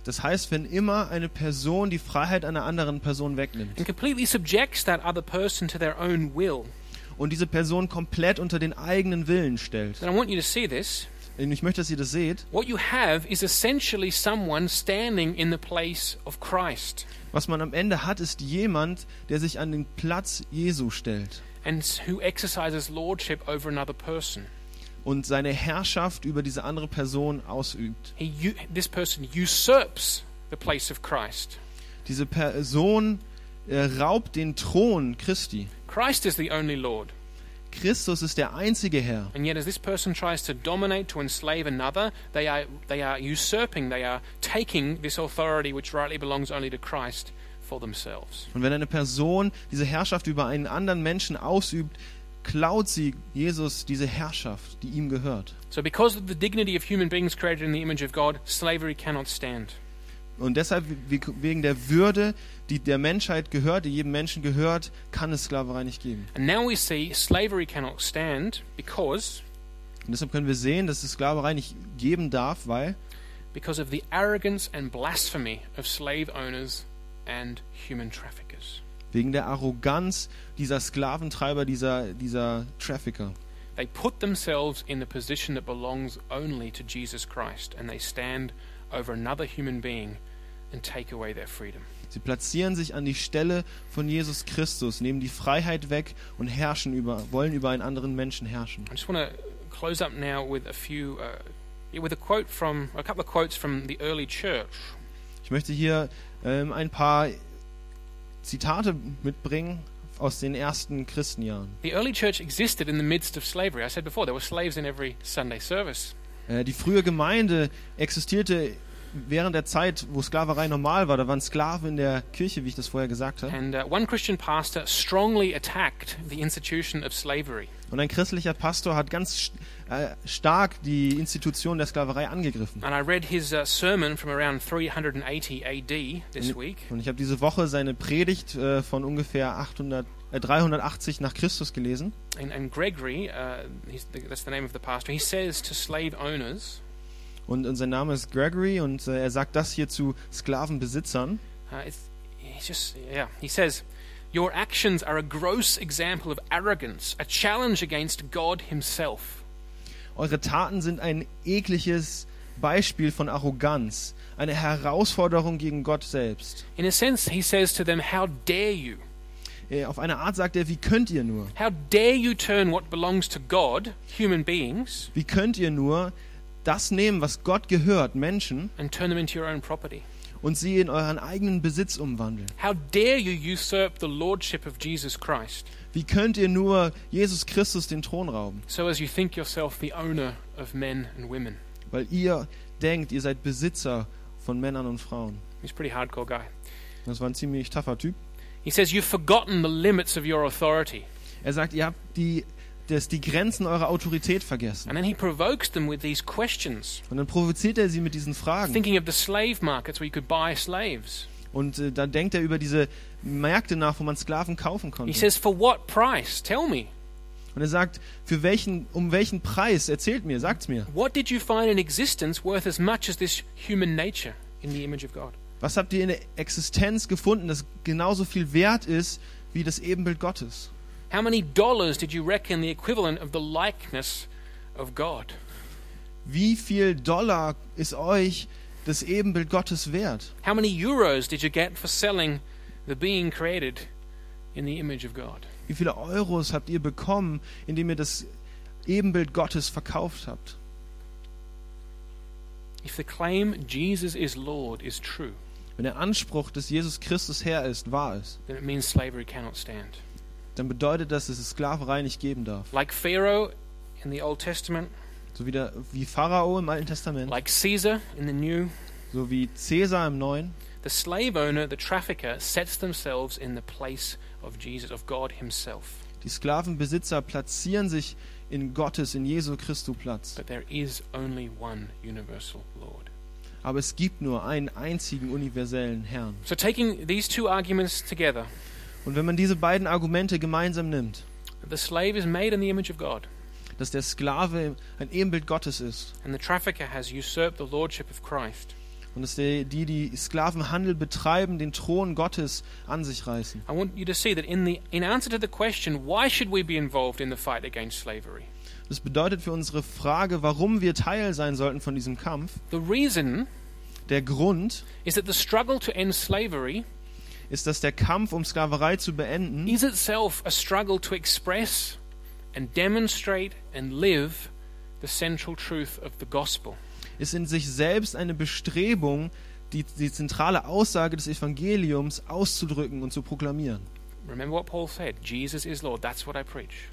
Das heißt, wenn immer eine Person die Freiheit einer anderen Person wegnimmt
and completely subjects that other person to their own will.
und diese Person komplett unter den eigenen Willen stellt.
Then I want you to see this.
Und ich möchte, dass ihr das seht.
What you have is essentially someone standing in the place of Christ
Was man am Ende hat, ist jemand, der sich an den Platz Jesu stellt
and s- who exercises lordship over another person.
und seine Herrschaft über diese andere Person ausübt.
He, u- this person usurps the place of Christ.
Diese Person äh, raubt den Thron Christi.
Christ is the only Lord.
Christus ist der einzige Herr.
And yet, as this person tries to dominate, to enslave another, they are, they are usurping, they are taking this authority which rightly belongs only to Christ for themselves.
Und wenn eine Person diese Herrschaft über einen anderen Menschen ausübt, klaut sie Jesus diese Herrschaft, die ihm gehört.
So, because of the dignity of human beings created in the image of God, slavery cannot stand.
Und deshalb, we- wegen der Würde, die der Menschheit gehört, die jedem Menschen gehört, kann es Sklaverei nicht geben.
And now we see slavery cannot stand because
Und deshalb können wir sehen, dass es Sklaverei nicht geben darf, weil
because of the arrogance and blasphemy of slave owners and human traffickers.
wegen der Arroganz dieser Sklaventreiber, dieser, dieser Trafficker.
They put themselves in the position that belongs only to Jesus Christ, and they stand over another human being and take away their freedom.
Sie platzieren sich an die Stelle von Jesus Christus, nehmen die Freiheit weg und herrschen über, wollen über einen anderen Menschen herrschen.
I just want to close up now with a few, uh, yeah, with a quote from a couple of quotes from the early church.
Ich möchte hier ähm, ein paar Zitate mitbringen aus den ersten Christenjahren.
The early church existed in the midst of slavery. I said before there were slaves in every Sunday service.
Äh, die frühe Gemeinde existierte während der Zeit, wo Sklaverei normal war. Da waren Sklaven in der Kirche, wie ich das vorher gesagt habe.
And uh, one Christian pastor strongly attacked the institution of slavery.
Und ein christlicher Pastor hat ganz st- äh, stark die Institution der Sklaverei angegriffen.
And I read his uh, sermon from around 380 AD this
Mm.
week.
Und ich habe diese Woche seine Predigt äh, von ungefähr 800, äh, 380 nach Christus gelesen.
And, and Gregory, uh, he's the, that's the name of the pastor, he says to slave owners,
Und, und sein Name ist Gregory und äh, er sagt das hier zu Sklavenbesitzern.
uh, it's, he's just, yeah, he says, Your actions are a gross example of arrogance, a challenge against God Himself.
Eure Taten sind ein ekliges Beispiel von Arroganz, eine Herausforderung gegen Gott selbst.
In a sense, he says to them, How dare you?
Äh, auf eine Art sagt er, wie könnt ihr nur?
How dare you turn what belongs to God, human beings,
Wie könnt ihr nur das nehmen, was Gott gehört, Menschen,
and turn them into your own property?
und sie in euren eigenen Besitz umwandeln?
How dare you usurp the lordship of Jesus Christ?
Wie könnt ihr nur Jesus Christus den Thron rauben?
so as you think yourself the owner of men and women.
Weil ihr denkt, ihr seid Besitzer von Männern und Frauen.
He's a pretty hardcore guy.
Das war ein ziemlich taffer Typ.
He says, You've forgotten the limits of your authority.
Er sagt, ihr habt die, das, die Grenzen eurer Autorität vergessen.
And then he provokes them with these questions,
Und dann provoziert er sie mit diesen Fragen.
thinking of the slave markets where you could buy slaves.
Und äh, dann denkt er über diese Märkte nach, wo man Sklaven kaufen
He
konnte.
says, For what price? Tell me.
Und er sagt, für welchen, um welchen Preis? Erzählt mir, sagt's mir.
What did you find in existence worth as much as this human nature in the image of God?
Was habt ihr in der Existenz gefunden, das genauso viel wert ist wie das Ebenbild Gottes?
How many dollars did you reckon the equivalent of the likeness of God?
Wie viel Dollar ist euch das Ebenbild Gottes wert?
How many euros did you get for selling the being created in the image of God?
Wie viele Euros habt ihr bekommen, indem ihr das Ebenbild Gottes verkauft habt?
If the claim Jesus is Lord is true,
Wenn der Anspruch des Jesus Christus Herr ist, wahr ist,
then it means slavery cannot stand.
dann bedeutet das, dass es Sklaverei nicht geben darf.
Like Pharaoh in the Old Testament,
So wie, der, wie Pharao im Alten Testament,
like Caesar in the New,
so wie Cäsar im Neuen.
the slave owner, the trafficker, sets themselves in the place of Jesus, of God Himself.
Die Sklavenbesitzer platzieren sich in Gottes, in Jesu Christu Platz.
But there is only one universal Lord.
Aber es gibt nur einen einzigen universellen Herrn.
So, taking these two arguments together,
Und wenn man diese beiden Argumente gemeinsam nimmt,
the slave is made in the image of God,
dass der Sklave ein Ebenbild Gottes ist
and the trafficker has usurped the lordship of Christ,
und dass die, die, die Sklavenhandel betreiben, den Thron Gottes an sich reißen.
I want you to see that in, the, in answer to the question, why should we be involved in the fight against slavery?
Das bedeutet für unsere Frage, warum wir Teil sein sollten von diesem Kampf,
The reason
der Grund
is that the struggle to end slavery
ist, dass der Kampf, um Sklaverei zu beenden,
is itself a struggle to express and demonstrate and live the central truth of the gospel.
ist in sich selbst eine Bestrebung, die, die zentrale Aussage des Evangeliums auszudrücken und zu proklamieren.
Remember what Paul said Jesus is Lord. That's what I preach.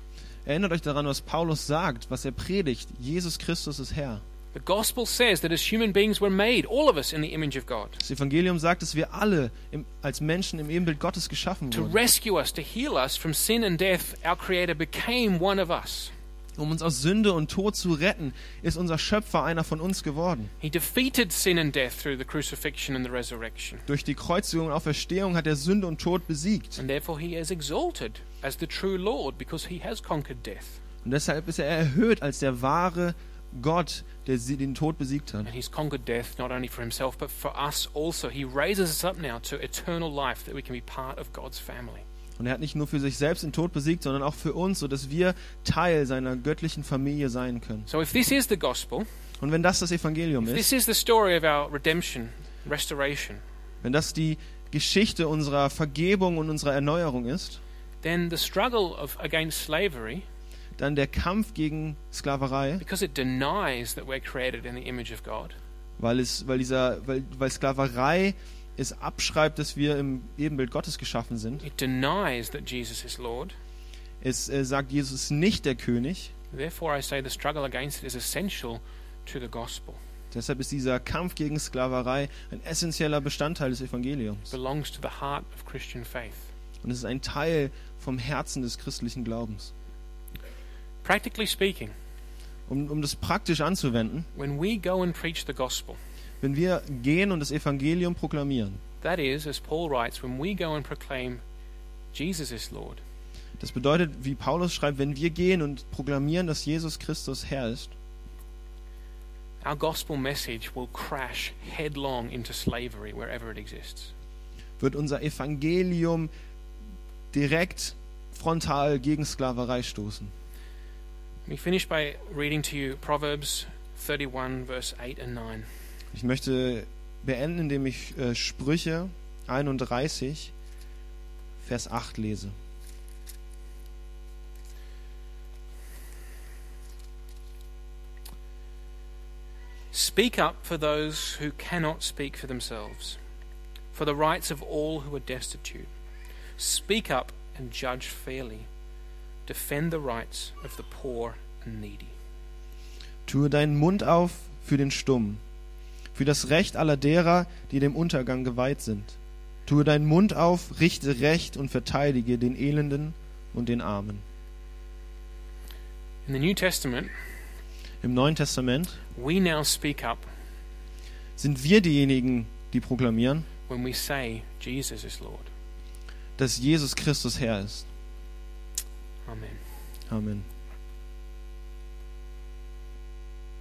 Erinnert euch daran, was Paulus sagt, was er predigt. Jesus Christus ist Herr.
The gospel says that as human beings we're made, all of us, in the image of God,
Das Evangelium sagt, dass wir alle im, als Menschen im Ebenbild Gottes geschaffen
to
wurden,
rescue us, to heal us from sin and death. Our Creator became one of us.
um uns aus Sünde und Tod zu retten, ist unser Schöpfer einer von uns geworden.
He defeated sin and death through the crucifixion and the resurrection.
Durch die Kreuzigung und Auferstehung hat er Sünde und Tod besiegt.
And therefore, He is exalted as the true Lord because He has conquered death.
Und deshalb ist er erhöht als der wahre Gott, der sie den Tod besiegt hat.
And he's conquered death not only for himself, but for us also. He raises us up now to eternal life that we can be part of God's family.
Und er hat nicht nur für sich selbst den Tod besiegt, sondern auch für uns, sodass wir Teil seiner göttlichen Familie sein können.
So if this is the gospel,
Und wenn das das Evangelium
if
ist,
this is the story of our redemption, restoration,
wenn das die Geschichte unserer Vergebung und unserer Erneuerung ist,
then the struggle of against slavery,
dann der Kampf gegen Sklaverei,
because it denies that we're created in the image of God,
weil, es, weil, dieser, weil, weil Sklaverei es abschreibt, dass wir im Ebenbild Gottes geschaffen sind.
it denies that Jesus is Lord.
Es äh, sagt, Jesus ist nicht der König.
Therefore, I say the struggle against it is essential to the gospel,
Deshalb ist dieser Kampf gegen Sklaverei ein essentieller Bestandteil des Evangeliums.
belongs to the heart of Christian faith.
Und es ist ein Teil vom Herzen des christlichen Glaubens.
Practically speaking,
Um, um das praktisch anzuwenden,
when we go and preach the gospel,
wenn wir gehen und das Evangelium proklamieren,
that is, as Paul writes, when we go and proclaim Jesus is Lord,
das bedeutet, wie Paulus schreibt, wenn wir gehen und proklamieren, dass Jesus Christus Herr ist,
our gospel message will crash headlong into slavery wherever it exists.
wird unser Evangelium direkt frontal gegen Sklaverei stoßen.
Let me finish by reading to you Proverbs 31, verse 8 and 9.
Ich möchte beenden, indem ich äh, Sprüche 31, Vers 8 lese.
Speak up for those who cannot speak for themselves, for the rights of all who are destitute. Speak up and judge fairly. Defend the rights of the poor and needy.
Tue deinen Mund auf für den Stummen, für das Recht aller derer, die dem Untergang geweiht sind. Tue deinen Mund auf, richte Recht und verteidige den Elenden und den Armen.
In the New Testament,
Im Neuen Testament
we now speak up
sind wir diejenigen, die proklamieren,
when we say Jesus is Lord.
dass Jesus Christus Herr ist.
Amen.
Amen.